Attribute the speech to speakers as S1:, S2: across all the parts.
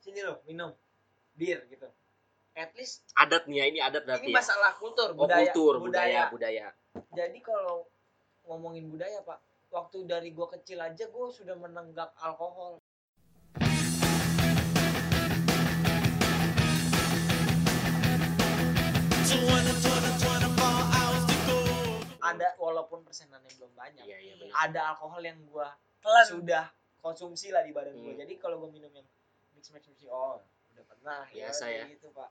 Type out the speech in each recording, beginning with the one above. S1: sini loh minum bir gitu at least
S2: adat nih ya ini adat berarti
S1: ini
S2: ya
S1: masalah kultur
S2: oh
S1: budaya
S2: kultur budaya budaya
S1: jadi kalau ngomongin budaya pak waktu dari gua kecil aja gua sudah menenggak alkohol ada walaupun persenannya belum banyak
S2: iya iya benar
S1: ada alkohol yang gua
S3: Pelan.
S1: sudah konsumsi lah di badan gua
S2: Hmm.
S1: jadi kalau gua minum yang mix mix mix oh udah pernah
S2: Biasa ya.
S1: gitu pak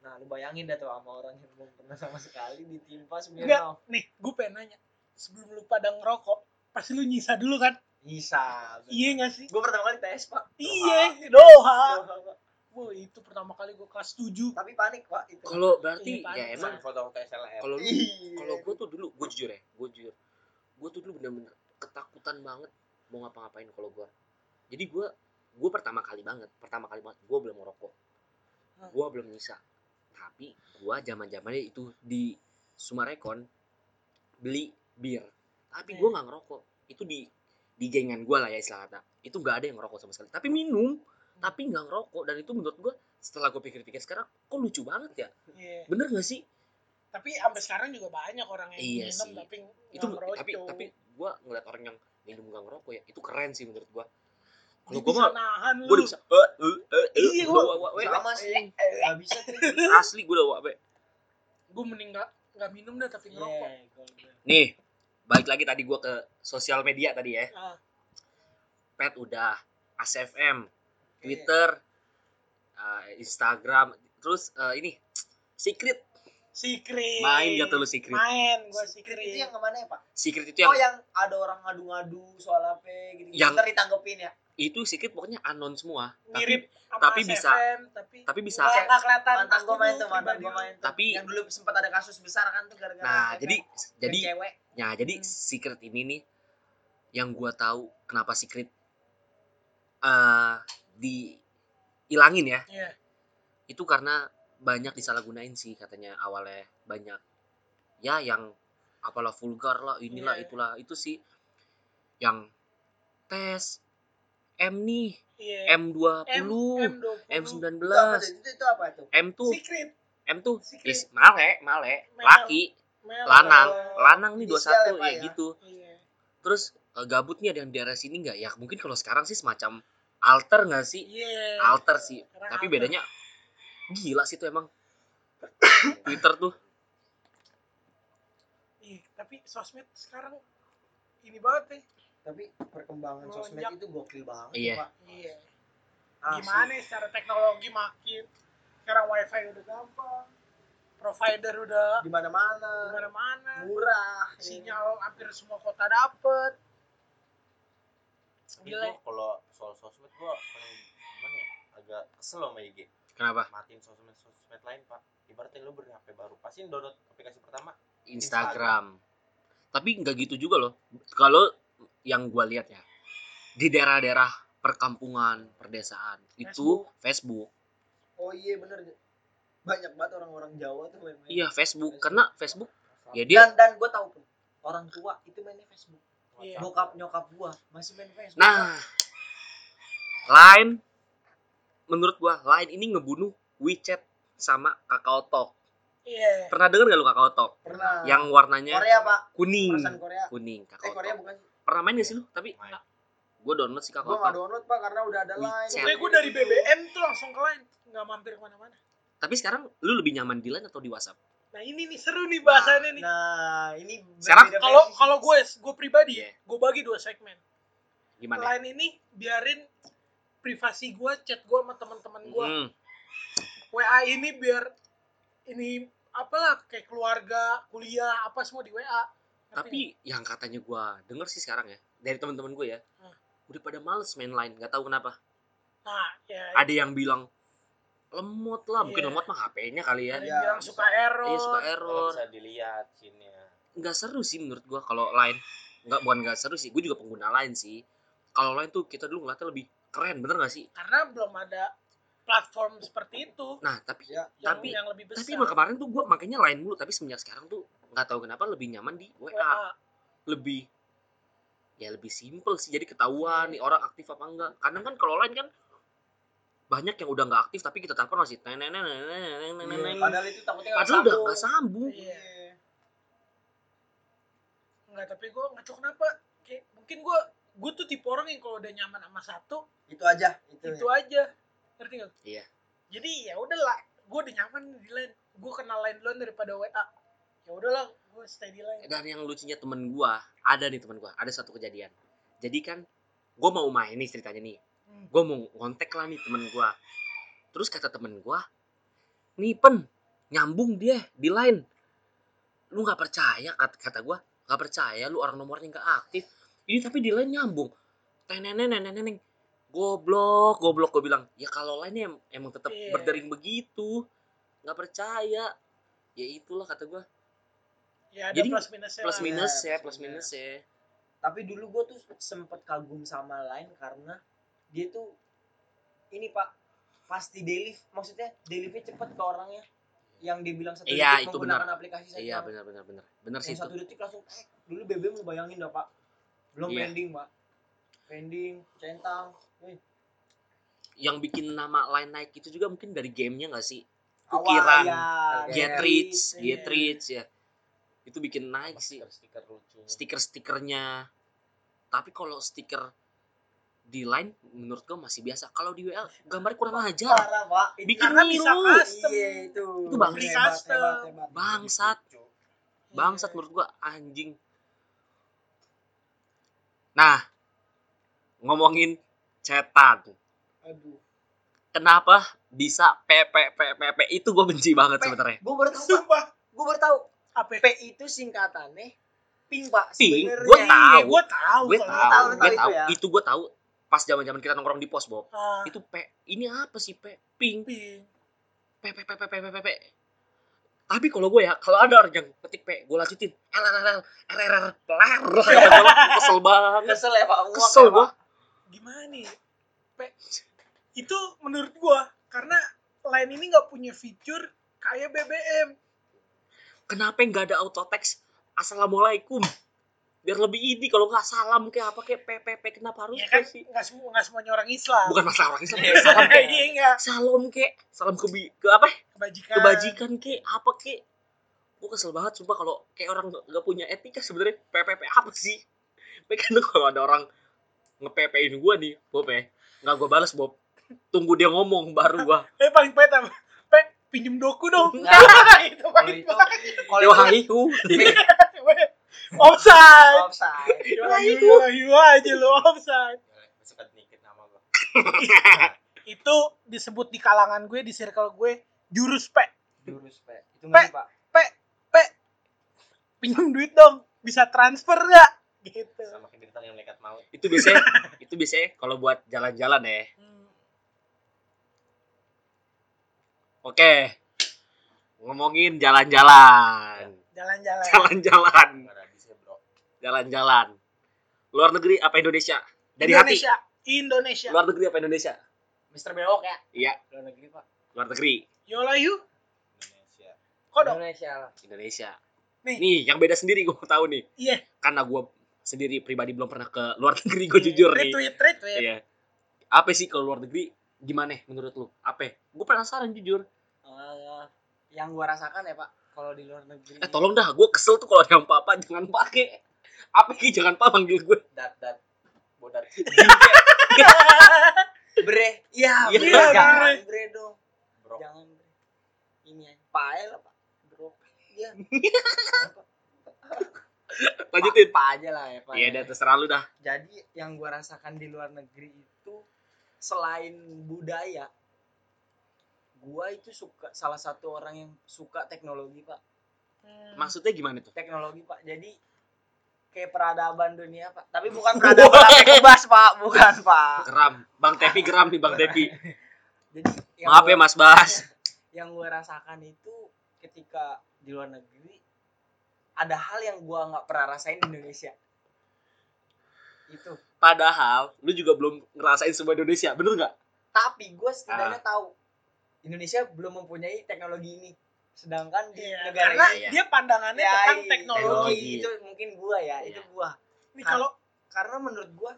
S1: nah lu bayangin dah tuh sama orang yang belum pernah sama sekali ditimpa
S3: Enggak.
S1: sebenarnya
S3: Nih, gue pengen nanya. Sebelum lu pada ngerokok, pasti lu nyisa dulu kan?
S1: bisa
S3: Iya gak sih?
S1: gue pertama kali tes pak
S3: Iya, doha.
S1: Doha, Pak.
S3: Wah, itu pertama kali gue kelas 7.
S1: tapi panik pak itu
S2: kalau berarti
S3: Iya,
S2: ya
S3: panik.
S2: emang
S4: foto-foto SLR
S2: kalau lu
S1: Iya.
S2: kalau gue tuh dulu gue jujur ya gue jujur gue tuh dulu bener-bener ketakutan banget mau ngapa-ngapain kalau gue jadi gue gue pertama kali banget pertama kali banget gue belum ngerokok
S3: Hmm.
S2: gue belum nyisa tapi gue zaman zamannya itu di Sumarekon beli bir tapi gue nggak ngerokok itu di di gengan gue lah ya istilah kata itu nggak ada yang ngerokok sama sekali tapi minum tapi nggak ngerokok dan itu menurut gue setelah gue pikir-pikir sekarang kok lucu banget ya
S3: Iya.
S2: bener gak sih
S3: Tapi sampai sekarang juga banyak orang yang
S2: Iya
S3: minum
S2: sih.
S3: tapi
S2: itu
S3: nggak ngerokok.
S2: tapi tapi gue ngeliat orang yang minum gak ngerokok ya itu keren sih menurut gue kalau
S3: Dia
S2: gue mah
S3: bisa nahan lu.
S2: gue udah bisa eh, eh, eh, eh,
S3: Iya,
S2: udah
S3: gua-
S2: wa- wa- we-
S1: sama sih nggak bisa tuh
S2: asli gue udah wa- we.
S3: Gue mending nggak nggak minum dah tapi ngerokok.
S1: Iya, kalau gua-
S2: nih balik lagi tadi gue ke sosial media tadi ya
S3: Ah.
S2: pet udah ACFM Twitter eh, Instagram terus eh, ini secret
S3: Secret.
S2: main gak tuh lu secret
S3: Main gue secret.
S1: itu yang kemana ya pak
S2: secret itu Iya. yang
S1: oh yang ada orang ngadu-ngadu soal apa gitu
S2: Yang-
S1: ntar ditanggepin ya
S2: itu secret pokoknya anon semua Tapi-
S3: Mirip Iya. sama
S2: tapi bisa.
S3: SFM, tapi
S2: tapi bisa
S3: nggak- nggak kelihatan.
S1: mantan gue
S3: Pasti
S1: main
S3: lu
S1: tuh mantan
S3: pribadi
S1: gue
S3: lu.
S1: main tuh.
S2: Tapi-
S1: yang dulu sempat ada kasus besar kan tuh gara-gara
S2: nah
S1: mereka
S2: jadi
S1: dan
S2: jadi
S1: cewek
S2: Nah, jadi
S3: Hmm.
S2: secret ini nih yang gua tahu kenapa secret eh di ilangin ya.
S3: Iya.
S2: Itu karena banyak disalahgunain sih katanya awalnya banyak ya yang apalah vulgar lah inilah
S3: Iya, iya.
S2: itulah itu sih yang tes M nih
S3: Iya.
S2: M20
S3: M
S2: M, 19
S3: M20.
S1: itu apa tuh itu, itu apa tuh
S2: M tuh
S3: Secret.
S2: M tuh
S3: Secret.
S2: is male male
S3: Male.
S2: laki
S3: Mel.
S2: lanang
S1: Oh,
S2: lanang nih 21
S1: inisial ya, Pak,
S2: ya
S1: ya.
S2: gitu
S3: Iya.
S2: terus eh, gabut nih ada yang di daerah sini nggak ya mungkin kalau sekarang sih semacam alter nggak sih
S3: Iya.
S2: alter sih
S3: Karena
S2: tapi
S3: alter.
S2: bedanya gila sih tuh emang Twitter tuh
S3: Iya, tapi sosmed sekarang ini banget nih.
S1: tapi perkembangan
S3: Melonjak.
S1: sosmed itu gokil banget
S2: Iya.
S1: pak
S3: Iya.
S1: Asli.
S3: Gimana ya, secara teknologi makin sekarang wifi udah gampang, provider udah
S1: di mana-mana
S3: mana-mana,
S1: murah
S2: Iya.
S3: Iya. sinyal hampir semua kota dapet. Gila.
S4: Gila. Iya, kalau soal sosmed gua paling gimana ya? Agak kesel sama IG.
S2: kenapa
S4: Matiin sosmed sosmed lain, Pak. Ibaratnya lu beli HP baru, pasti download aplikasi pertama.
S2: Instagram tapi nggak gitu juga loh kalau yang gua lihat ya di daerah-daerah perkampungan perdesaan itu Facebook
S1: oh iya bener banyak banget orang-orang Jawa tuh main-main
S2: iya Facebook karena Facebook ya dia
S1: dan dan gue tau pun orang tua itu mainnya Facebook
S3: Iya.
S1: bokap nyokap gua masih main Facebook
S2: Nah, Line menurut gua Line ini ngebunuh WeChat sama Kakao Talk.
S3: Iya.
S2: Pernah denger gak lu Kakao Talk?
S1: pernah
S2: Yang Hmm. warnanya
S1: Eh, Korea pak
S2: kuning.
S1: perasaan Korea
S2: Kuning
S1: eh
S2: Kakao
S1: Korea
S2: Talk.
S1: bukan sih
S2: Pernah main gak sih lu? Tapi
S4: Main.
S2: gua download sih
S1: gue
S2: Kakao
S1: nggak
S2: Talk.
S1: download pak karena udah ada lain
S2: WeChat.
S3: Kayak gue dari BBM tuh langsung ke lain, nggak mampir kemana-mana.
S2: Tapi sekarang lu lebih nyaman di Line atau di WhatsApp?
S3: Nah iya, ini nih seru nih bahasannya nih.
S1: nah ini
S2: Sekarang
S1: beda-beda
S3: Kalau
S1: versi.
S3: kalau
S2: ya?
S3: gue gue pribadi,
S2: Iya.
S3: gue bagi dua segmen.
S2: Gimana?
S3: Lain ini biarin privasi gue, chat gue sama teman-teman gue.
S2: Hmm,
S3: WA ini biar ini apalah kayak keluarga, kuliah, apa semua di WA. Ngerti nggak?
S2: tapi yang katanya gua denger sih sekarang ya dari teman-teman gua ya.
S3: Hmm.
S2: Udah pada males main Line, nggak tahu kenapa.
S3: nah, ya,
S2: Ada yang bilang lemot lah, mungkin
S3: Iya.
S2: lemot mah HP-nya kali ya.
S3: ada
S1: ya,
S3: yang bilang
S1: bisa.
S3: suka error.
S2: Iya, suka
S4: Kalau
S2: error.
S4: bisa dilihat sini ya.
S2: nggak seru sih menurut gua kalau lain nggak bukan nggak seru sih gue juga pengguna lain sih kalau lain tuh kita dulu ngeliatnya lebih keren bener nggak sih
S3: Karena belum ada platform seperti itu
S2: nah tapi
S1: ya
S3: yang,
S2: Tapi-
S3: yang lebih besar.
S2: tapi emang kemarin tuh gua makanya lain mulu tapi semenjak sekarang tuh nggak tahu kenapa lebih nyaman di wa
S1: Iya.
S3: WA.
S2: lebih ya lebih simple sih jadi ketahuan nih orang aktif apa enggak kadang kan kalau lain kan banyak yang udah nggak aktif tapi kita telepon masih neng neng neng neng neng neng neng neng neng.
S1: Iya, Padahal itu takutnya nggak
S2: padahal udah
S1: sambung.
S2: nggak sambung
S3: Iya. Enggak, tapi gue ngaco kenapa? Kayak, mungkin gue gue tuh tipe orang yang kalau udah nyaman sama satu
S1: Itu aja. Itu. ya.
S3: itu aja ngerti nggak?
S2: Iya.
S3: Jadi ya udahlah, gue udah nyaman di line, gue kenal line duluan daripada WA. Ya udahlah, gue stay di line.
S2: dan yang lucunya temen gua ada nih temen gua ada satu kejadian jadi kan gua mau main nih ceritanya nih
S3: Hmm.
S2: gua mau kontak lah nih temen gua terus kata temen gua nih pen nyambung dia di line lu nggak percaya kata, kata gua nggak percaya lu orang nomornya nggak aktif ini tapi di line nyambung neneng goblok goblok gua bilang ya kalau line em- emang tetap
S3: Iya.
S2: berdering begitu nggak percaya ya itulah kata gua
S3: Ya ada
S2: Jadi,
S3: plus minusnya.
S2: plus
S3: lah.
S2: minus
S1: Iya,
S2: ya
S1: plus
S2: plus minus ya
S1: Tapi dulu gue tuh sempet kagum sama lain karena dia tuh ini pak pasti delif maksudnya delifnya cepet ke orangnya yang dibilang satu detik
S2: Iya, itu
S1: menggunakan aplikasi saya kan.
S2: iya benar benar benar benar sih
S1: yang
S2: itu
S1: satu detik langsung eh, dulu BBM lu bayangin dah pak belum
S2: Iya.
S1: pending pak pending centang
S2: yang bikin nama line naik itu juga mungkin dari gamenya nggak sih
S1: awal
S2: Ukiran,
S1: ya dari-
S2: get rich
S3: iya.
S2: get rich ya itu bikin naik Iya sih
S4: stiker stiker lucu
S2: stiker stikernya tapi kalau stiker di line menurut gue masih biasa kalau di WL gambarnya kurang ajar
S1: parah pak Itu-
S2: Bikin
S3: Karena bisa
S2: milu.
S3: custom.
S1: iya itu
S2: Itu bang-
S1: Hebat,
S3: Hebat,
S1: hebat,
S3: hebat.
S1: hebat.
S2: bangsat
S4: Lucu.
S2: bangsat
S3: Iya.
S2: menurut gua anjing nah ngomongin cetan
S3: Aduh.
S2: kenapa bisa PPPPP itu gue benci banget
S1: Pe-
S2: sebenarnya
S1: gue baru tahu pak
S3: Sumpah,
S1: gue baru tahu
S3: apa?
S1: P itu singkatannya ping pak
S2: Ping,
S1: sebenarnya.
S2: ya? gua tahu.
S3: Gue ya, tahu.
S2: gue
S3: kalau
S2: tahu,
S1: Oh, tahu, lu tahu
S2: gue tahu,
S1: itu ya?
S2: itu gue tahu pas zaman zaman kita nongkrong di pos Bob
S3: Ah,
S2: itu pe ini apa sih pe ping
S3: ping.
S2: pe pe pe pe pe pe, pe. tapi kalau gue ya kalau ada orang yang ketik pe gue lanjutin l r r r r r ya, kesel banget
S1: kesel ya pak Muak
S2: kesel
S1: ya,
S2: gue
S1: Pak.
S3: gimana nih Pe- itu menurut gua karena line ini nggak punya fitur kayak BBM
S2: kenapa nggak ada auto text assalamualaikum biar lebih ini kalau nggak salam kayak apa kayak pe pe pe kenapa harus
S3: ya
S2: pe
S3: kan
S2: sih
S3: nggak semua nggak semuanya orang Islam
S2: Iya bukan masalah orang Islam kayak salam kayak
S3: iya nggak
S2: salam kayak salam ke bi- ke apa
S3: kebajikan
S2: kebajikan ke apa ke gue kesel banget sumpah kalau kayak orang nggak- nggak punya etika sebenarnya PPP apa sih Makanya kalau ada orang nge-PP-in gue nih Bob ya nggak gue balas Bob tunggu dia ngomong baru gue
S3: eh paling pahit apa pe pinjem doku dong
S1: Nah,
S3: itu
S1: kalau
S3: paling
S1: itu
S3: pahit
S1: kalau Iya,
S2: yo
S1: itu
S2: hai hu
S3: offside Nah,
S1: offside
S3: Yohayu, yohayu iya aja lo offside
S4: suka dikit nama gua
S3: itu disebut di kalangan gue di circle gue jurus pe
S1: jurus pak itu ngerti pak
S3: pinjem duit dong bisa transfer nggak
S2: Iya.
S3: gitu
S4: sama kebinetaan yang melekat maut
S2: itu biasanya itu biasanya kalau buat jalan-jalan ya
S3: Hmm.
S2: oke ngomongin jalan-jalan
S3: jalan-jalan
S2: jalan-jalan
S4: nggak ada habisnya bro
S2: jalan-jalan luar negeri apa Indonesia dari
S3: Indonesia Indonesia
S2: hati luar negeri apa Indonesia
S1: Mister Bewok ya
S2: iya
S1: luar negeri pak
S2: luar negeri
S3: Yolayu
S4: Indonesia
S3: kodok
S1: Indonesia lah
S2: Indonesia.
S3: Nih.
S2: Nih, yang beda sendiri gue tahu nih.
S3: Iya.
S2: Karena gue sendiri pribadi belum pernah ke luar negeri
S3: Iya,
S2: gue jujur nih.
S3: retweet retweet
S2: Iya. Apa sih kalau luar negeri gimana menurut lu? Apa? Gue penasaran jujur.
S1: Eh, yang gua rasakan ya pak kalau di luar negeri
S2: Eh tolong dah, gue kesel tuh kalau ada yang papa jangan pakai. Apa sih jangan papa manggil gue?
S4: dat dat bodat
S1: bre ya
S2: Iya,
S1: bre
S2: bre.
S1: jangan bre dong
S4: bro
S2: Ya,
S1: jangan bre ini ya pael lah, pak bro iya
S2: Lanjutin.
S1: pak aja lah ya pak
S2: Iya, dah terserah lu dah.
S1: jadi yang gua rasakan di luar negeri itu selain budaya gua itu suka salah satu orang yang suka teknologi pak
S3: Hmm.
S2: Maksudnya gimana tuh?
S1: teknologi pak jadi kayak peradaban dunia pak tapi bukan peradaban tapi kebas pak bukan pak
S2: Geram. Bang Tepi geram nih Bang Tepi.
S1: jadi yang
S2: Maaf
S1: gua-
S2: ya Mas Bas.
S1: yang gue rasakan itu ketika di luar negeri ada hal yang gua nggak pernah rasain di Indonesia itu
S2: Padahal lu juga belum ngerasain semua Indonesia, bener nggak?
S1: tapi gue setidaknya tahu Indonesia belum mempunyai teknologi ini sedangkan di
S3: Iya,
S1: negara
S3: karena
S1: ini
S2: iya.
S3: dia pandangannya
S1: Ya,
S3: tentang
S1: iya,
S3: teknologi.
S2: teknologi.
S1: itu mungkin gua ya itu
S2: Iya.
S1: gua
S3: Ini kalau
S1: karena menurut gua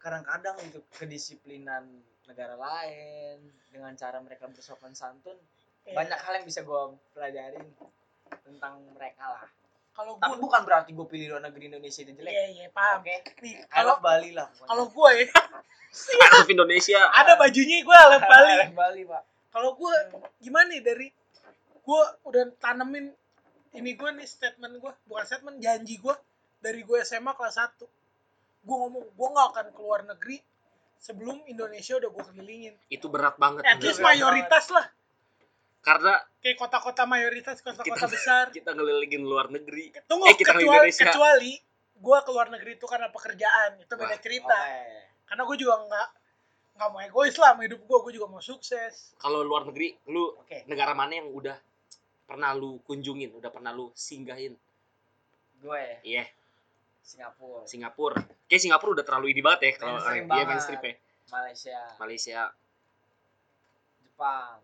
S1: kadang-kadang itu kedisiplinan negara lain dengan cara mereka bersopan santun
S3: Iya.
S1: banyak hal yang bisa gue pelajarin tentang mereka lah
S3: Kalau
S1: tapi
S3: gue
S1: bukan berarti gue pilih luar negeri Indonesia itu jelek
S3: Iya iya paham.
S1: oke
S3: Nih,
S1: I
S3: kalau
S1: love Bali lah pokoknya.
S3: kalau gue ya
S2: Out of Indonesia.
S3: ada bajunya gue alat Bali.
S1: I love Bali pak
S3: Kalau gue gimana ya, dari gue udah tanemin ini gue nih statement gue bukan statement janji gue dari gue SMA kelas 1 gue ngomong gue nggak akan keluar negeri sebelum Indonesia udah gue kelilingin
S2: Itu berat banget.
S3: at
S2: beneran.
S3: least
S1: Bener.
S3: mayoritas lah
S2: Karena
S3: kayak kota-kota mayoritas kota-kota
S2: Kita-
S3: besar
S2: kita ngelilingin luar negeri.
S3: tunggu
S2: Eh, kita ke
S3: kecuali
S2: Indonesia.
S3: kecuali gue keluar negeri itu karena pekerjaan itu beda
S2: Wah,
S3: cerita
S1: Oke.
S3: karena gue juga nggak nggak mau egois lah sama hidup gue gue juga mau sukses
S2: Kalau luar negeri, lu
S1: Oke,
S2: negara mana yang udah pernah lu kunjungin, udah pernah lu singgahin?
S1: gue
S2: Iya,
S1: Singapura,
S2: Singapura. Kayak Singapura udah terlalu ini banget ya kalau
S1: Mainstream
S2: dia
S1: banget.
S2: mainstream ya.
S1: Malaysia,
S2: Malaysia,
S1: Jepang,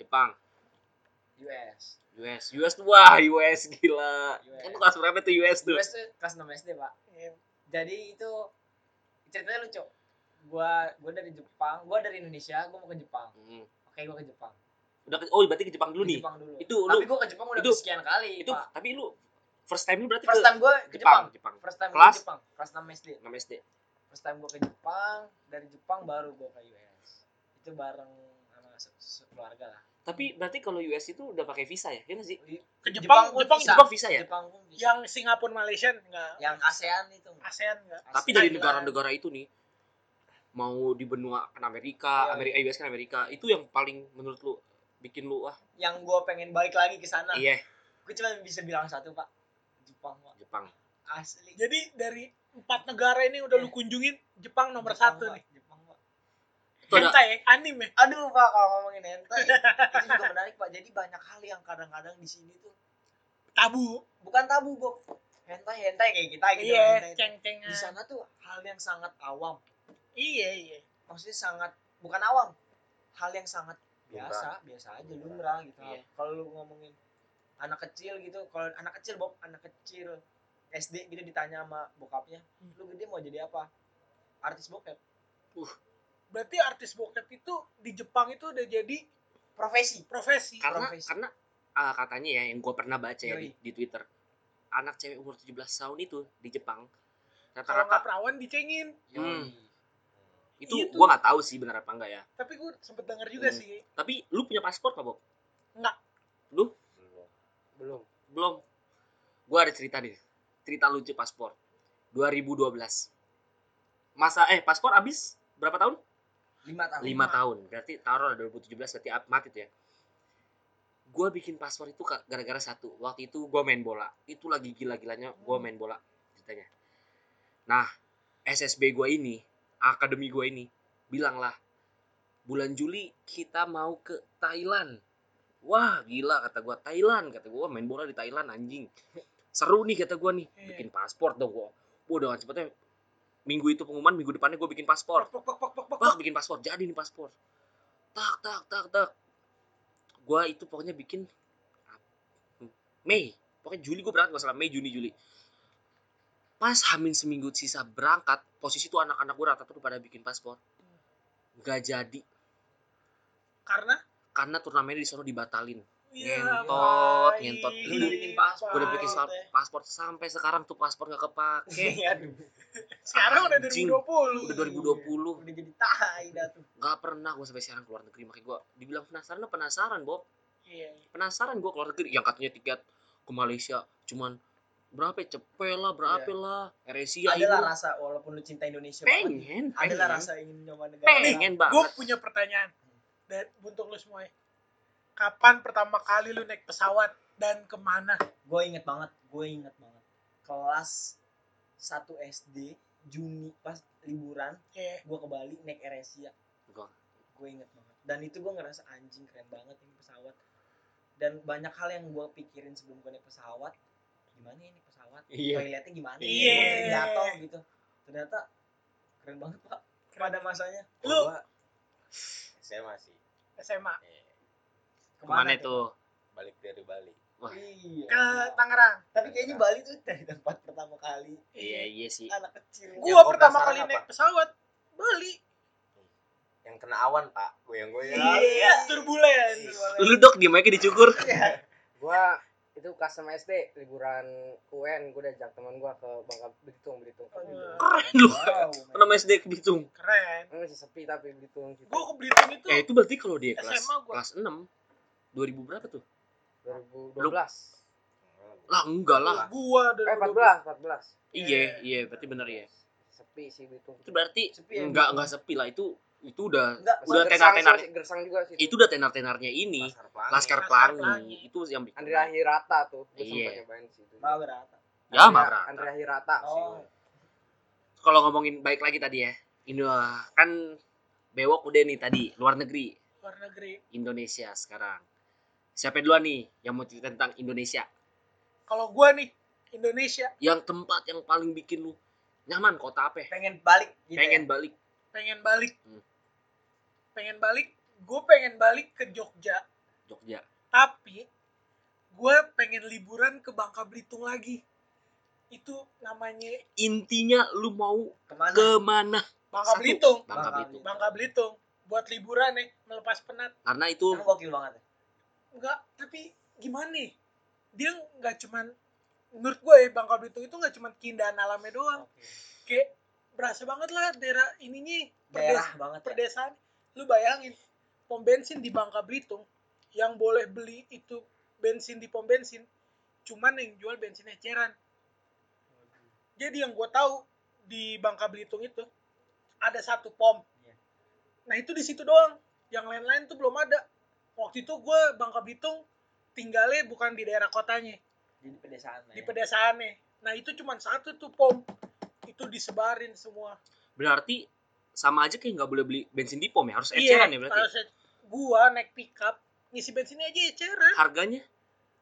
S2: Jepang,
S1: US.
S2: US. US tuh wah, US gila.
S1: US.
S2: Itu kelas berapa tuh US tuh?
S1: US tuh kelas 6 SD, Pak.
S3: Iya.
S1: Jadi itu ceritanya lucu. Gua gua dari Jepang, gua dari Indonesia, gua mau ke Jepang.
S2: Hmm.
S1: Oke, gua ke Jepang.
S2: Udah ke- oh berarti ke Jepang
S1: Ke
S2: dulu nih.
S1: Jepang dulu.
S2: Itu
S1: Tapi
S2: lu-
S1: gua ke Jepang udah
S2: itu-
S1: sekian kali,
S2: Itu
S1: Pak.
S2: tapi lu first time lu berarti
S1: First
S2: ke
S1: time gua ke Jepang.
S2: Jepang.
S1: First time gua
S2: Kelas?
S1: ke Jepang, kelas 6 SD.
S2: 6 SD.
S1: First time gua ke Jepang, dari Jepang baru gua ke US. Itu bareng sama se- se- keluarga lah.
S2: Tapi berarti kalau US itu udah pakai visa ya? Iya nggak sih?
S1: Di-
S3: ke Jepang
S1: pun
S3: Jepang,
S1: bisa.
S2: Jepang visa ya?
S1: Jepang pun bisa.
S3: yang Singapura Malaysia nggak
S1: Yang ASEAN itu. Mas.
S3: ASEAN nggak Nah,
S2: Tapi
S1: ASEAN.
S2: dari
S3: Thailand.
S2: negara-negara itu nih mau di benua kan Amerika,
S1: Iya,
S2: Amerika US kan Amerika. Itu yang paling menurut lu bikin lu wah,
S1: yang gue pengen balik lagi ke sana
S2: iya
S1: gue cuma bisa bilang satu pak Jepang pak
S2: Jepang.
S1: asli
S3: jadi dari empat negara ini udah
S2: Iya.
S3: lu kunjungin Jepang nomor
S1: Jepang,
S3: satu
S1: Pak.
S3: nih
S1: Jepang pak
S2: Itu ada
S3: hentai ya, anime
S1: aduh pak kalau ngomongin hentai itu juga menarik pak jadi banyak hal yang kadang-kadang di sini tuh
S3: tabu
S1: bukan tabu bob hentai hentai kayak kita gitu
S3: iya
S1: hentai.
S3: ceng cengan
S1: di sana tuh hal yang sangat awam
S3: iya iya
S1: maksudnya sangat bukan awam hal yang sangat biasa biasa aja lumrah gitu
S2: Iya.
S1: kalau lu ngomongin anak kecil gitu kalau anak kecil Bob anak kecil SD gitu ditanya sama bokapnya
S3: Hmm.
S1: lu gede mau jadi apa artis bokep
S3: berarti artis bokep itu di Jepang itu udah jadi
S1: profesi
S3: profesi
S2: karena
S1: Profesi.
S2: karena ah, katanya ya yang gue pernah baca ya di,
S1: Yoi.
S2: di Twitter anak cewek umur 17 tahun itu di Jepang
S3: kalau nggak
S2: rata-rata
S3: perawan dicengin
S2: Hmm. itu
S3: Iya tuh.
S2: gue nggak tahu sih bener apa enggak ya
S3: tapi gue sempet denger juga
S2: Hmm.
S3: sih
S2: tapi lu punya paspor nggak Bob
S4: Belum. Belum.
S2: belum gue ada cerita nih cerita lucu paspor 2012 masa eh paspor habis berapa tahun
S1: lima tahun
S2: lima tahun berarti taruh 2017 berarti up- mati tuh ya gue bikin paspor itu ka- gara-gara satu waktu itu gue main bola itu lagi gila-gilanya gue main bola ceritanya nah SSB gue ini akademi gue ini bilanglah bulan Juli kita mau ke Thailand wah gila kata gue Thailand kata gue main bola di Thailand anjing seru nih kata gue nih
S3: Iya.
S2: bikin paspor dong gue Wah, dengan cepetnya minggu itu pengumuman minggu depannya gue bikin paspor
S3: pok pok pok pok pok pok
S2: Pak bikin paspor, jadi nih paspor. Tak tak tak tak. Gua itu pokoknya bikin Mei, pokoknya Juli gue berangkat masalah Mei Juni Juli. Pas hamin seminggu sisa berangkat, posisi tuh anak-anak gue rata tuh pada bikin paspor. Gak jadi
S3: karena
S2: karena turnamennya di sono dibatalin.
S3: Ya,
S2: Ngentot,
S3: baik.
S2: ngentot. Lu
S1: udah bikin paspor,
S2: Gue udah bikin
S1: Baik.
S2: sal- paspor sampai sekarang tuh paspor gak
S1: aduh
S2: kepake.
S3: Iya, sekarang udah
S2: Anjing.
S3: 2020
S2: Udah 2020
S1: udah jadi tai dah tuh
S2: gak pernah gue sampai sekarang keluar negeri makanya gue dibilang penasaran lah, penasaran Bob
S3: iya
S2: penasaran gue keluar negeri yang katanya tiket ke Malaysia cuman berapa ya? cepet lah berapa lah Eresia
S1: adalah
S2: itu
S1: rasa walaupun lu cinta Indonesia banget
S2: Iya, pengen
S1: adalah
S2: pengen,
S1: rasa ingin nyoba negara
S2: pengen
S3: gue
S2: banget
S3: punya pertanyaan dan untuk lu semua ya. kapan pertama kali lu naik pesawat dan kemana
S1: gue inget banget gue inget banget kelas 1 SD Juni pas liburan
S3: Iya.
S1: gue ke Bali naik AirAsia
S2: Gua-
S1: gue inget banget dan itu gue ngerasa anjing keren banget ini pesawat dan banyak hal yang gue pikirin sebelum gue naik pesawat gimana ini pesawat
S2: Iya.
S1: toiletnya gimana
S3: Iya.
S1: Gua jatuh gitu ternyata keren banget pak pada masanya
S3: Lu-
S4: Gua SMA sih.
S3: SMA
S4: Eh,
S2: kemana tuh
S4: balik dari Bali.
S2: wah
S1: iya
S3: ke Tangerang
S1: tapi kayaknya Bali tuh dari tempat pertama kali
S2: iya iya sih
S1: anak kecil
S4: Yang
S3: gua
S4: gua
S3: pertama
S4: penasaran
S3: kali
S4: apa?
S3: naik pesawat Bali
S4: yang kena awan pak goyang-goyang
S3: Iya, turbulen.
S1: Iya.
S2: Lu dok di mic dicukur.
S5: gua itu custom SD liburan UN gua diajak teman gua ke Bangka Belitung Belitung ke Belitung
S2: Keren lu.
S1: Wow,
S2: Nama SD ke Bitung.
S3: Keren.
S5: Ini masih sepi tapi Belitung gitu
S3: Gue ke Belitung itu
S2: Eh itu berarti kalau dia kelas
S3: SMA gua.
S2: kelas 6 2000 berapa tuh?
S5: 2012
S2: Lu-
S4: Hmm.
S2: Lah enggak lah.
S3: gua dari
S5: eh 14 14
S2: Iya, iya berarti bener ya.
S5: sepi sih Belitung
S2: Itu berarti
S1: Sepi ya,
S2: enggak enggak sepi lah itu itu udah
S1: enggak
S5: Masih
S2: udah
S5: gersang
S2: tenar-tenar.
S5: sih, gersang juga sih
S2: itu udah tenar-tenarnya ini
S4: laskar pelangi
S2: Laskar
S3: Laskar Pelangi.
S2: Pelangi itu yang bikin.
S5: Andrea Hirata tuh gua
S2: Iya.
S5: sempet nyobain sih dulu.
S1: malah berata
S2: Ya,
S5: Andrea-
S2: Mabra.
S5: Andrea Hirata sih
S1: oh
S2: Kalau ngomongin baik lagi tadi ya. Indo kan bewok udah nih tadi luar negeri
S3: luar negeri.
S2: Indonesia sekarang. Siapa duluan nih yang mau cerita tentang Indonesia?
S3: Kalau gua nih Indonesia
S2: Yang tempat yang paling bikin lu nyaman kota apa? ya?
S1: pengen balik gitu
S2: Pengen balik.
S3: pengen balik.
S2: Hmm.
S3: Pengen balik. Gue pengen balik ke Jogja.
S2: Jogja.
S3: Tapi gue pengen liburan ke Bangka Belitung lagi. Itu namanya
S2: Intinya lu mau
S1: ya. kemana
S2: kemana?
S3: Bangka
S2: Satu.
S3: Belitung.
S2: Bangka
S1: Bangka
S2: Belitung.
S3: Bangka Belitung buat liburan nih, melepas penat.
S2: Karena itu
S1: Emang gokil banget ya?
S3: Enggak, tapi gimana nih? Dia nggak cuman menurut gue ya Bangka Belitung itu nggak cuman keindahan alamnya doang. Kayak berasa banget lah daerah ininya
S1: daerah
S3: perdes-
S1: banget ya.
S3: perdesaan. Lu bayangin pom bensin di Bangka Belitung yang boleh beli itu bensin di pom bensin cuman yang jual bensin eceran. Jadi yang gue tahu di Bangka Belitung itu ada satu pom.
S1: Iya.
S3: Nah itu di situ doang. Yang lain-lain tuh belum ada. Waktu itu gue Bangka Belitung tinggalnya bukan di daerah kotanya,
S1: jadi pedesaan lah ya.
S3: di pedesaannya. Nah itu cuma satu tuh pom. Itu disebarin semua.
S2: berarti sama aja kayak nggak boleh beli bensin di pom ya, harus
S3: Iya,
S2: eceran ya berarti.
S3: harusnya Gua naik pickup ngisi bensinnya aja eceran.
S2: Harganya?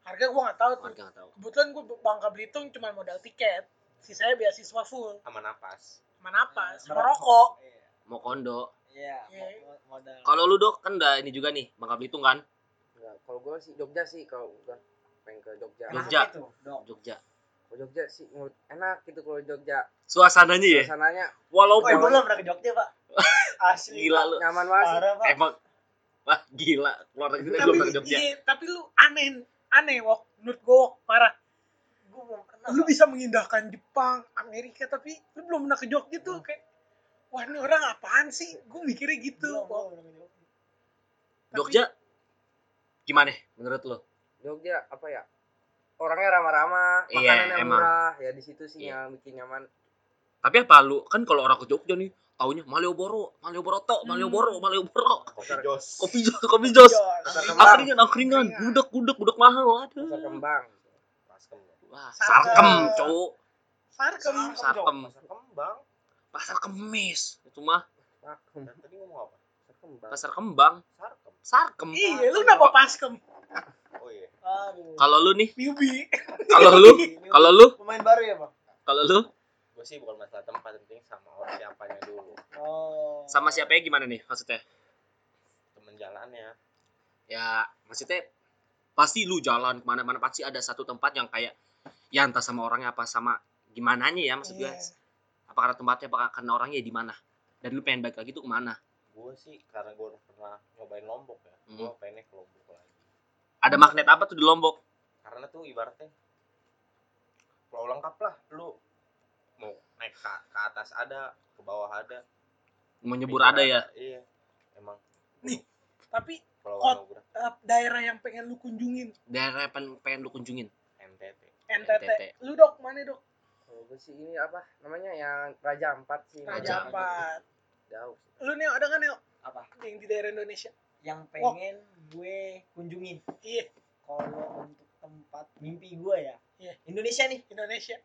S3: Harga gue nggak tahu tuh.
S2: Harga nggak tahu.
S3: Kebetulan gue Bangka Belitung cuma modal tiket. Sisanya beasiswa full.
S4: sama napas
S2: Hmm.
S3: Sama napas, sama
S1: Merokok.
S3: rokok.
S1: Iya.
S2: Mau kondo.
S1: iya
S3: Iya.
S1: mo- mo- modal
S2: Kalau lu dok kan udah ini juga nih Bangka Belitung kan?
S5: Enggak, kalau gua sih Jogja sih kalau gua pengen ke Jogja
S1: Kenapa
S2: Jogja.
S1: itu, dok
S2: Jogja.
S5: kalau Jogja sih menurut enak gitu kalau Jogja
S2: Suasananya ya.
S5: suasananya
S1: Oh,
S2: Walaupun
S1: gue belum pernah ke Jogja, Pak. Asli.
S2: gila lu.
S5: nyaman banget sih
S1: Parah, Pak.
S2: Emang wah gila keluar negeri
S3: tapi,
S2: belum pernah ke Jogja.
S3: Iya, tapi lu aneh, aneh wok. Menurut gue wok parah.
S1: Gue belum pernah.
S3: Lu
S1: Pak.
S3: bisa mengindahkan Jepang, Amerika, tapi lu belum pernah ke Jogja tuh
S1: Hmm.
S3: kayak wah ini orang apaan sih? Gue mikirnya gitu.
S1: Belum,
S3: Wok.
S1: belum, belum.
S3: Tapi-
S2: Jogja gimana menurut lo?
S5: Jogja apa ya orangnya ramah-ramah
S2: Iya,
S5: makanannya
S2: emang.
S5: murah ya di situ sih
S2: Iya.
S5: yang bikin nyaman
S2: Tapi apa lu kan kalau orang ke Jogja nih taunya Malioboro, Malioboro tok,
S3: Hmm. Iya,
S2: Malioboro, Malioboro.
S4: kopi jos
S2: Kopi jos, kopi jos.
S3: Jogja.
S5: Kemang.
S2: Angkringan, angkringan,
S3: Angkringan.
S2: gudeg, gudeg, gudeg mahal.
S5: pasar
S2: Aduh.
S5: kembang
S4: paskem
S2: Wah,
S3: Sarkem.
S2: sarkem, cowok.
S3: Sarkem.
S2: Sarkem.
S4: Pasar kembang
S2: Pasar Kemis. Itu mah
S5: Sarkem,
S4: dan tadi ngomong apa
S5: pasar kembang
S2: pasar Kembang,
S4: sarkem
S2: sarkem.
S3: Iya, lu kenapa paskem?
S4: oh iya
S1: Aduh.
S2: Kalau lu nih,
S3: Newbie.
S2: kalau lu, kalau lu,
S1: Pemain baru ya, Pak?
S2: kalau lu
S4: gue sih bukan masalah tempat yang penting sama orang siapanya dulu
S1: Oh.
S2: sama siapa ya, gimana nih maksudnya?
S4: temen jalannya
S2: ya maksudnya pasti lu jalan kemana-mana pasti ada satu tempat yang kayak ya entah sama orangnya apa sama gimana ya maksud gue
S3: Iya.
S2: apa karena tempatnya apa karena orangnya ya di mana dan lu pengen balik lagi tuh kemana
S4: gue sih karena gue udah pernah nyobain lombok ya
S2: Hmm.
S4: gue pengen ke lombok lagi
S2: ada magnet apa tuh di lombok
S4: karena tuh ibaratnya pulau lengkap lah lu mau naik ke, ke atas ada ke bawah ada
S2: mau nyebur ada ya
S4: iya emang
S3: Tapi
S4: pulau
S3: Kot-
S4: Anugrah
S3: eh, daerah yang pengen lu kunjungin
S2: daerah yang pengen, pengen lu kunjungin
S4: NTT
S3: NTT.
S2: NTT.
S3: Lu dok mana dok?
S5: kalau gue sih ini apa namanya yang Raja Ampat sih
S2: Raja
S3: Raja Ampat.
S5: jauh
S3: Lu nih ada kan Neo?
S1: Apa?
S3: Yang di daerah Indonesia.
S1: Yang pengen gue kunjungin
S3: Oh. Iya,
S1: kalau untuk tempat mimpi gue ya.
S3: Iya.
S1: Indonesia nih.
S3: Indonesia.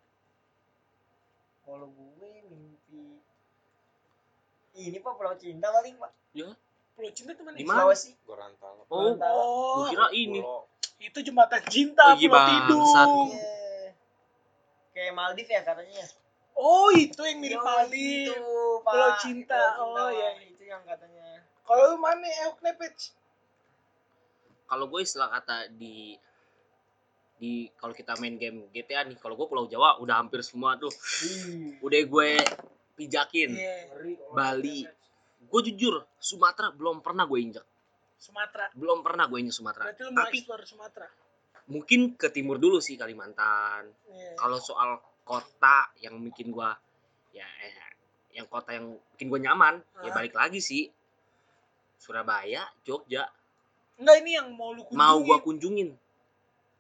S1: Kalau gue mimpi ini Pak Pulau Cinta paling, Pak.
S3: Pulau Cinta tuh mana?
S2: Di
S3: sih?
S2: mana?
S1: Sulawesi.
S4: Gorontalo
S2: oh gua
S3: Oh,
S2: kira ini
S4: Pulau
S3: itu jembatan cinta,
S2: Oh, iya,
S3: Pulau
S2: bangsat.
S3: Tidung.
S1: Iya. Kayak Maldives ya katanya.
S3: Oh, itu yang mirip
S1: Yoi,
S3: Maldives.
S1: itu, Pak.
S3: Pulau Cinta.
S1: Pulau
S3: Oh, iya.
S1: Pak. Itu yang katanya.
S3: Kalau lu mana Eok Nepec?
S2: kalau gue istilah kata di di kalau kita main game GTA nih kalau gue pulau Jawa udah hampir semua tuh
S1: Ih,
S2: udah gue pijakin
S3: Iya.
S1: ngeri.
S2: Bali gue jujur Sumatera belum pernah gue injak
S3: Sumatera
S2: belum pernah gue injak Sumatera
S3: berarti lu mau
S2: Nah, tapi
S3: explore Sumatera
S2: mungkin ke timur dulu sih Kalimantan
S3: Iya.
S2: kalau soal kota yang bikin gue ya eh, yang kota yang bikin gue nyaman ya
S3: Hah?
S2: balik lagi sih Surabaya Jogja
S3: enggak ini yang mau lu kunjungi
S2: mau gue kunjungin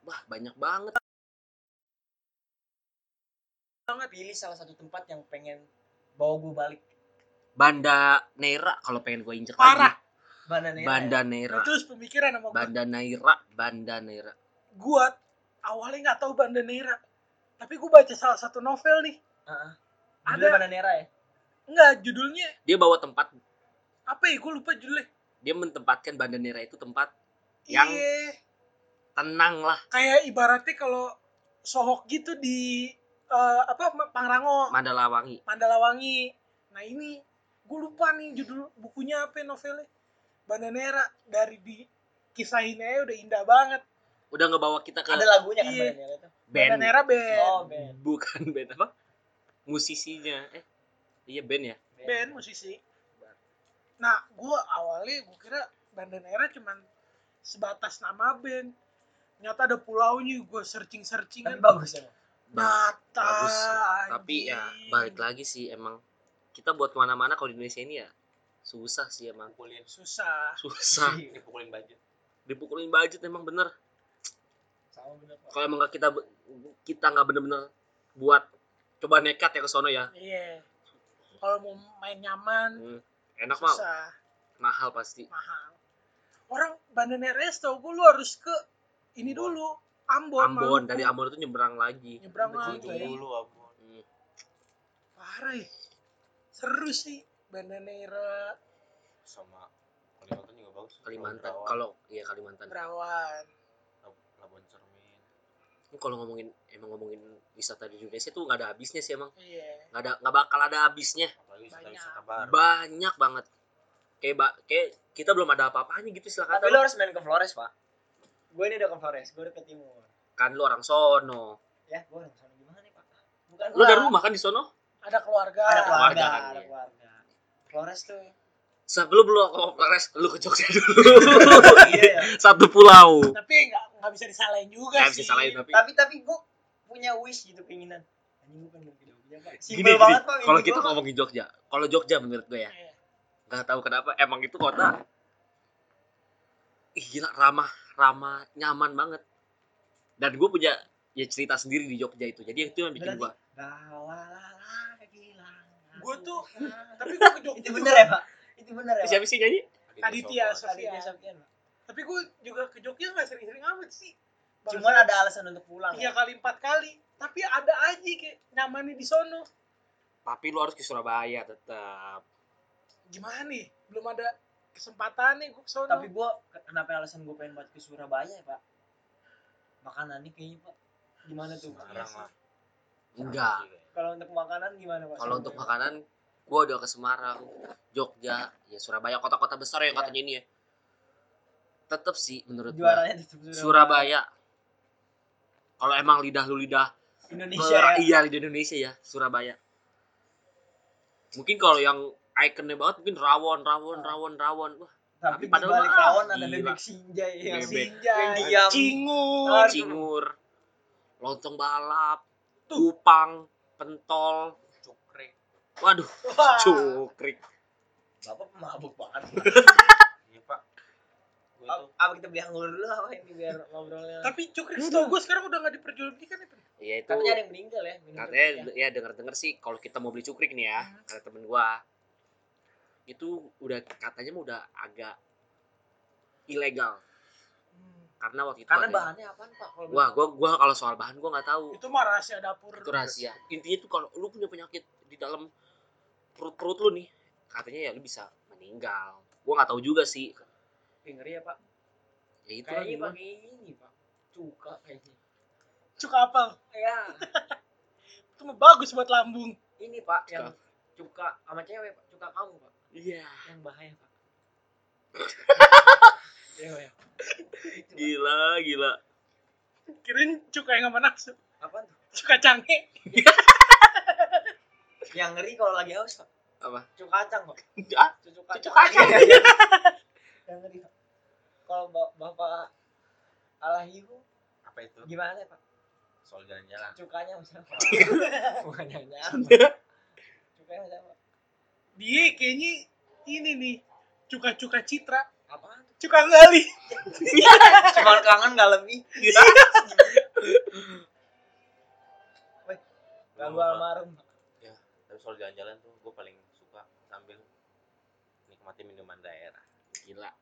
S2: wah banyak banget
S1: banget pilih salah satu tempat yang pengen bawa gue balik
S2: Banda Nera kalau pengen gue injek
S3: Parah.
S2: lagi
S1: Banda Nera ya.
S2: Banda Nera
S3: Nah, terus pemikiran sama gua
S2: Banda Nera Banda Nera
S3: gua awalnya nggak tahu Banda Neira tapi gua baca salah satu novel nih
S1: Heeh.
S3: Ada.
S1: Judulnya Banda Nera ya
S3: enggak judulnya
S2: dia bawa tempat
S3: apa ya gua lupa judulnya
S2: dia mentempatkan Banda Nera itu tempat Yang-
S3: Iya.
S2: tenang lah
S3: kayak ibaratnya kalau sohok gitu di eh, apa Ma- Pangrango
S2: Mandalawangi
S3: Mandalawangi nah ini gue lupa nih judul bukunya apa ya, novelnya Bandanera dari di kisahin aja udah indah banget
S2: udah ngebawa kita ke
S1: ada lagunya kan
S3: Iya.
S1: Banda Nera itu
S2: band
S3: Bandanera band
S1: oh band
S2: bukan band apa musisinya eh iya band ya
S3: band musisi nah gue awalnya gue kira Bandanera cuman sebatas nama band nyata ada pulaunya gue searching searching
S1: tapi bagus emang
S2: Ba-
S3: nyata
S2: bagus.
S3: Nah, anjing.
S2: tapi ya balik lagi sih emang kita buat kemana-mana kalau di Indonesia ini ya susah sih emang
S4: dipukulin
S3: susah
S2: susah
S4: dipukulin budget
S2: dipukulin budget emang bener
S1: sama bener kok.
S2: kalau emang nggak kita kita nggak bener-bener buat coba nekat ya ke sono ya
S3: iya kalau mau main nyaman
S2: Hmm, enak mah
S3: susah
S2: mahal pasti
S3: mahal orang Bandanera tau gue lu harus ke ini dulu Ambon kan? Iya.
S2: Ambon
S3: Maluku.
S2: dari Ambon itu nyebrang lagi
S3: nyebrang
S1: Betul
S3: lagi
S4: Kunjung dulu abon
S2: Hmm,
S3: parah ya seru sih Bandanera
S4: sama Kalimantan juga bagus
S2: Kalimantan
S4: Pulau Derawan,
S2: kalau iya Kalimantan
S3: Berawan
S4: Lab- Labuan Cermin
S2: Ini kalau ngomongin emang ngomongin wisata di Indonesia tuh nggak ada habisnya sih emang
S3: iya
S2: nggak ada nggak bakal ada habisnya
S4: apalagi
S3: Banyak.
S4: wisata wisata baru
S2: banyak banget kayak ba- kayak kita belum ada apa-apanya gitu istilah
S1: tapi lo
S2: kata lu.
S1: harus main ke Flores pak gue ini udah ke Flores gue udah ke timur
S2: kan lu orang sono
S1: ya gue orang sana gimana nih pak bukan
S2: lu ada
S1: Pak.
S2: rumah kan di sono
S3: ada keluarga
S1: ada
S2: keluarga
S1: keluarga
S2: kan,
S1: ada
S2: iya.
S1: keluarga Flores tuh
S2: sebelum lu ke Flores lu ke Jogja dulu
S1: iya ya
S2: satu pulau
S3: tapi nggak nggak bisa disalahin juga
S2: nggak bisa
S3: sih
S2: salahin tapi
S1: tapi tapi gue punya wish gitu keinginan anjing gue pengen ke Jogja pak
S2: gini
S1: simpel
S2: gini
S1: banget pak mimpi
S2: kalau
S1: gua,
S2: kita
S1: Pak.
S2: ngomongin Jogja kalau Jogja menurut gue ya
S3: Iya.
S2: nggak tahu kenapa emang itu kota Ih, gila ramah ramah nyaman banget dan gue punya ya cerita sendiri di Jogja itu jadi itu yang bikin
S1: Berarti-
S2: gue
S1: Bawalah bilang
S3: Gua
S1: aku
S3: tuh-
S1: kan.
S3: tapi gue ke Jogja
S1: itu bener ya pak itu bener ya pak
S2: siapa sih nyanyi
S3: Aditya
S1: Tadi
S4: Sopan.
S3: Sofia
S1: dia Sofian, Pak.
S3: tapi gue juga ke Jogja nggak sering-sering amat sih Baru
S1: cuman ada alasan untuk pulang
S3: tiga
S1: ya
S3: kali empat kali tapi ada aja kayak nyamannya di sono
S2: tapi lu harus ke Surabaya tetap
S3: gimana nih belum ada kesempatan nih gue ke sono
S1: tapi gue kenapa alasan gue pengen banget ke Surabaya ya pak makanannya kayaknya pak gimana tuh Pak?
S4: Semarang lah
S2: enggak
S1: Iya
S4: Iya.
S1: kalau untuk makanan gimana pak
S2: kalau untuk makanan gue udah ke Semarang Jogja ya Surabaya kota-kota besar
S1: Iya.
S2: ya katanya ini ya tetap sih menurut gue
S1: juaranya tetap
S2: Surabaya kalau emang lidah lu lidah
S1: Indonesia ya.
S2: Iya, iya di Indonesia ya, Surabaya. Mungkin kalau yang ikonnya banget mungkin rawon, rawon,
S1: Ah.
S2: rawon, rawon. Wah,
S1: tapi
S2: Tapi padahal
S1: di balik
S2: mah,
S1: rawon ada
S2: gila.
S1: bebek sinjai yang
S2: Bebek.
S1: yang
S3: Sinjai,
S1: diam
S3: cingur,
S1: Ah,
S2: cingur, lontong balap,
S3: Tuh.
S2: kupang, pentol.
S4: cukrek
S2: Waduh,
S1: Ah.
S3: Wah.
S2: cukrik.
S1: bapak mabuk banget
S4: iya pak gue
S1: apa
S4: tuh
S1: apa kita beli anggur dulu apa ini biar ngobrolnya
S3: Tapi cukrik setahu gue sekarang udah nggak diperjualbelikan ya. Pri?
S2: Ya itu
S1: tapi ada yang meninggal ya minum
S2: katanya
S1: cukrik ya.
S2: ya denger-denger sih kalau kita mau beli cukrik nih ya,
S3: Hmm.
S2: kata temen gua. Itu udah katanya mah udah agak ilegal karena waktu itu
S1: karena
S2: ada-
S1: bahannya apaan pak kalau
S2: Wah, gua gua kalau soal bahan gua nggak tahu.
S3: Itu mah rahasia dapur.
S2: itu rahasia intinya tuh kalau lu punya penyakit di dalam perut perut lu nih katanya ya lu bisa meninggal gua nggak tahu juga sih
S1: Ih, ngeri ya pak
S2: ya itu lah
S1: kayaknya
S2: gimana.
S1: pakai ini pak cuka kayaknya
S3: Cuka apel.
S1: ya
S3: Itu mah bagus buat lambung.
S1: ini pak yang cuka sama cewek pak cuka kamu pak
S2: iya
S1: yang bahaya pak Iya, ya. Itu, Pak.
S2: gila gila
S3: Kirain cuka yang sama nafsu.
S1: Apaan tuh?
S3: Cuka cangke.
S1: Yang ngeri kalau lagi haus, Pak.
S2: Apa?
S1: cucu kacang kok
S2: Ah,
S1: cucu Iya,
S2: cucu kacang.
S1: yang ngeri Pak. kalau ba- bapak Alahihu
S4: apa itu
S1: gimana pak
S4: soal jalan-jalan
S1: cukanya macam apa bukan yang cukanya macam apa
S3: Dia kayaknya ini nih cuka-cuka citra,
S1: apa
S3: cuka ngali.
S1: cuma kangen nggak lebih
S4: Gua
S1: lagu almarhum Pak.
S4: tapi soal jalan-jalan tuh gue paling suka sambil nikmati minuman daerah
S2: Gila.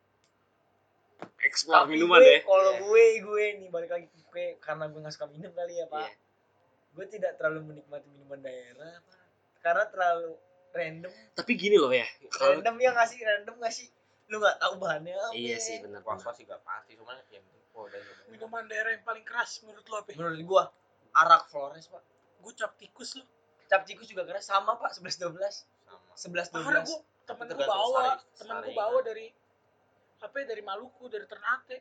S2: Eksplor
S1: Tapi
S2: minuman
S1: gue,
S2: deh.
S1: kalau
S2: Iya.
S1: gue gue nih balik lagi ke gue karena gue nggak suka minum kali ya pak
S2: Iya.
S1: gue tidak terlalu menikmati minuman daerah pak karena terlalu random
S2: Tapi gini loh ya. Kalau
S1: random ya ngasih random ngasih lu nggak tahu bahannya apa ya?
S2: iya sih benar.
S4: was was juga pasti cuman yang penting oh dan
S3: Minuman daerah yang paling keras menurut lo, Pe.
S1: menurut gue arak Flores pak
S3: Gue cap tikus lo.
S1: cap tikus juga keras sama pak 11 12
S4: sama
S1: 11
S3: Parah
S1: 12
S3: gue temen
S4: Tapi
S3: gue
S4: tergantung
S3: bawa,
S4: sari-
S3: temen gue
S4: saringan.
S3: bawa dari apa ya, dari Maluku, dari Ternate.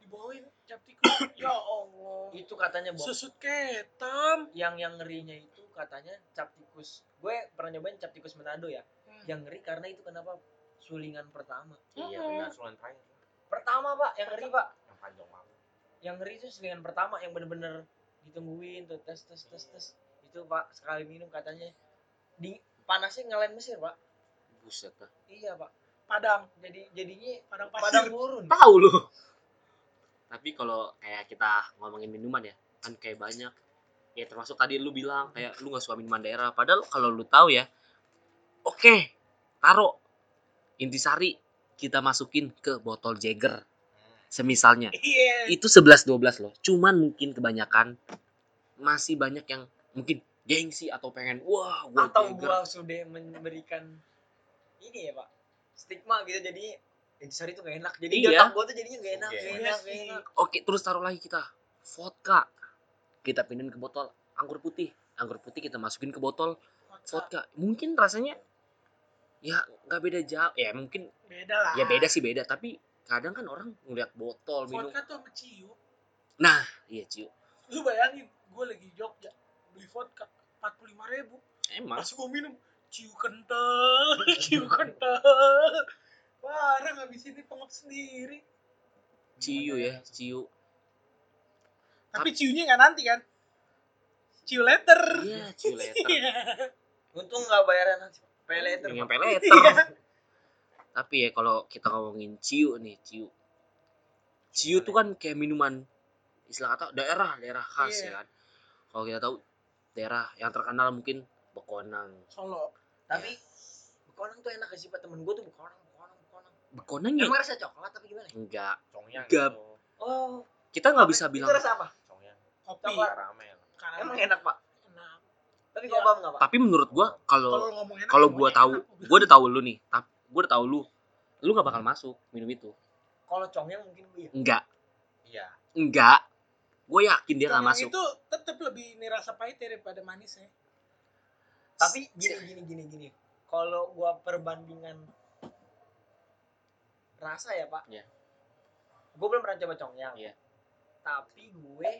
S3: Dibawain cap tikus. ya Allah.
S1: itu katanya Bob
S3: Susut ketam.
S1: yang yang ngerinya itu katanya cap tikus gue pernah nyobain cap tikus Manado ya
S3: Hmm.
S1: yang ngeri karena itu kenapa sulingan pertama
S4: iya
S3: Mm-mm.
S4: benar sulan terakhir
S1: pertama pak yang ngeri pak
S4: yang panjang banget
S1: yang ngeri itu sulingan pertama yang bener-bener ditungguin tuh tes tes tes tes itu pak sekali minum katanya di panasnya ngalahin Mesir pak
S2: Buset. Pak.
S1: iya pak
S3: Padang,
S1: jadi jadinya
S3: padang
S1: padang
S3: pasir.
S1: gurun
S2: Tahu lu. Tapi kalau kayak kita ngomongin minuman ya, kan kayak banyak ya termasuk tadi lu bilang kayak lu nggak suka minuman daerah padahal kalau lu tahu ya oke taruh intisari kita masukin ke botol Jagger semisalnya
S3: Iya.
S2: itu 11 12 loh. Cuman mungkin kebanyakan masih banyak yang mungkin gengsi atau pengen wah gua
S1: atau
S2: Jagger."
S1: gua sudah memberikan ini ya pak stigma gitu jadi intisari itu gak enak jadi
S2: Iya.
S1: di otak gua tuh jadinya gak enak gak
S4: Iya
S1: enak gak
S3: sih.
S1: enak
S2: Oke, terus taruh lagi kita vodka. Kita pindahin ke botol anggur putih. Anggur putih kita masukin ke botol vodka. Mungkin rasanya ya nggak beda jauh. Ya mungkin
S3: Beda lah.
S2: ya beda sih beda, tapi kadang kan orang ngeliat botol minum.
S3: Vodka tuh sama ciu.
S2: Nah, iya Ciu.
S3: Lu bayangin, gue lagi di Jogja beli vodka 45.000 ribu.
S2: Emang
S3: Pas gue minum, ciu kental, ciu kental. Barang habis ini pengap sendiri.
S2: Ciu ya, Ciu.
S3: Tapi ciunya nggak nanti kan? Ciu letter.
S2: Iya, Ciu letter.
S3: Iya.
S1: untung gak bayaran nanti Pak. pay later
S2: yang
S1: Pak.
S2: nyampe letter.
S3: Iya.
S2: Tapi ya kalau kita ngomongin ciu nih, ciu. Ciu tuh kan kayak minuman istilah kata daerah, daerah khas
S3: Iya.
S2: ya kan. Kalau kita tahu daerah yang terkenal mungkin Bekonang.
S3: Solo.
S1: tapi bekonang tuh enak gak sih pak temen gua tuh bekonang bekonang bekonang
S2: Bekonang ya?
S1: emang rasa coklat tapi gimana ya?
S2: Enggak.
S4: congyang
S2: Gap.
S4: gitu
S1: oh
S2: Kita nggak bisa
S1: itu
S2: bilang
S1: rasa apa
S4: congyang
S3: Iya. Kopi.
S1: Coklat.
S4: karamel
S3: Karena
S1: emang enak pak
S3: enak.
S1: tapi
S3: Iya.
S1: kobam gak pak
S2: tapi menurut gua kalau
S3: Kalau ngomong enak.
S2: kalau gua
S3: semuanya
S2: tahu,
S3: enak.
S2: gua udah tahu lu nih, tapi gua udah tahu lu. Lu nggak bakal masuk minum itu.
S1: kalau congnya mungkin gue ya
S2: Enggak,
S4: iya
S2: enggak. Gue yakin dia nggak
S3: Yang
S2: masuk.
S3: Itu tetap lebih ini rasa pahit daripada manisnya.
S1: tapi gini gini gini gini kalau gua perbandingan rasa ya pak
S2: Iya.
S1: gua belum pernah coba congyang
S2: Iya.
S1: tapi gue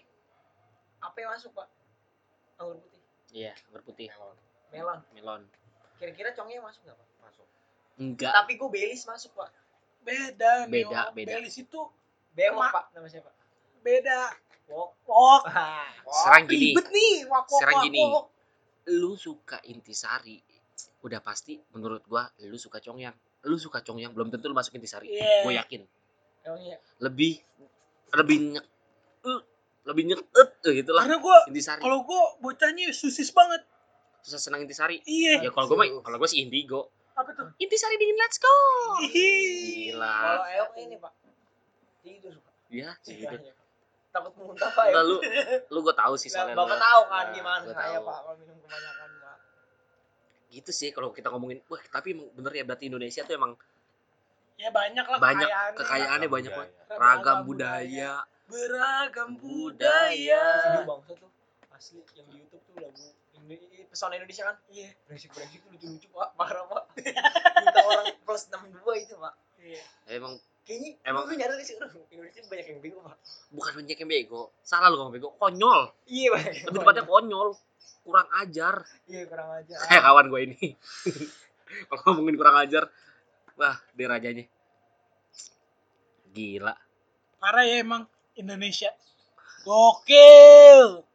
S1: apa yang masuk pak anggur putih
S2: Iya, berputih,
S4: melon
S1: melon
S2: melon.
S1: kira-kira congyang masuk nggak pak
S4: masuk
S2: Enggak.
S1: tapi gue belis masuk pak
S3: Beda, nih,
S2: Beda,
S3: Om.
S2: beda.
S3: Belis itu
S1: bewok
S3: Ma-
S1: pak nama siapa
S3: beda.
S1: wok
S3: Wok.
S1: Wah,
S2: Serang gini.
S3: Ribet nih, wak, wak,
S2: Serang
S3: wak,
S2: gini.
S3: wak.
S2: lu suka intisari udah pasti menurut gua lu suka congyang lu suka congyang belum tentu lu masuk intisari
S3: Iya.
S2: gua yakin
S1: emangnya
S2: lebih lebih nyek eh, lebih nyek eh, eh, gitu lah
S3: Karena gue,
S2: intisari
S3: kalau gue bocahnya susis banget.
S2: susah senang intisari ya
S3: Iya.
S2: kalau gua mah kalau gua sih indigo
S3: Apa tuh?
S2: intisari dingin let's go
S1: kalau
S2: gila
S1: eok ini pak tidur pak
S2: ya gitu
S1: Istilahnya, Pak. takut muntah pak ya
S2: Enggak, lu lu gua tahu sih
S1: Nah,
S2: soalnya
S1: bapak
S2: lu.
S1: tahu kan
S2: Nah,
S1: gimana
S2: gua
S1: saya
S2: tahu.
S1: pak kalau minum kebanyakan pak
S2: gitu sih kalau kita ngomongin wah tapi emang bener ya berarti Indonesia tuh emang
S3: Ya banyak lah
S2: Banyak
S3: kekayaannya.
S2: kekayaan. Kekayaannya banyak
S4: budaya.
S2: ragam budaya
S3: Beragam
S2: budaya.
S3: budaya.
S1: Sedih bangsa tuh asli yang di YouTube tuh lagu Indo- pesona Indonesia kan
S3: Iya.
S1: berisik berisik tuh lucu lucu pak parah pak minta orang plus 62 itu pak
S3: Iya.
S2: emang
S1: kayaknya
S2: Emang-
S1: emang gue nyadar sih udah Indonesia banyak yang bingung
S2: bukan banyak yang bego salah lu ngomong bego konyol
S1: iya banyak
S2: lebih tepatnya konyol kurang ajar
S1: iya kurang aja
S2: kayak kawan gue ini kalau ngomongin kurang ajar wah dia rajanya gila
S3: Parah ya emang Indonesia. Gokil.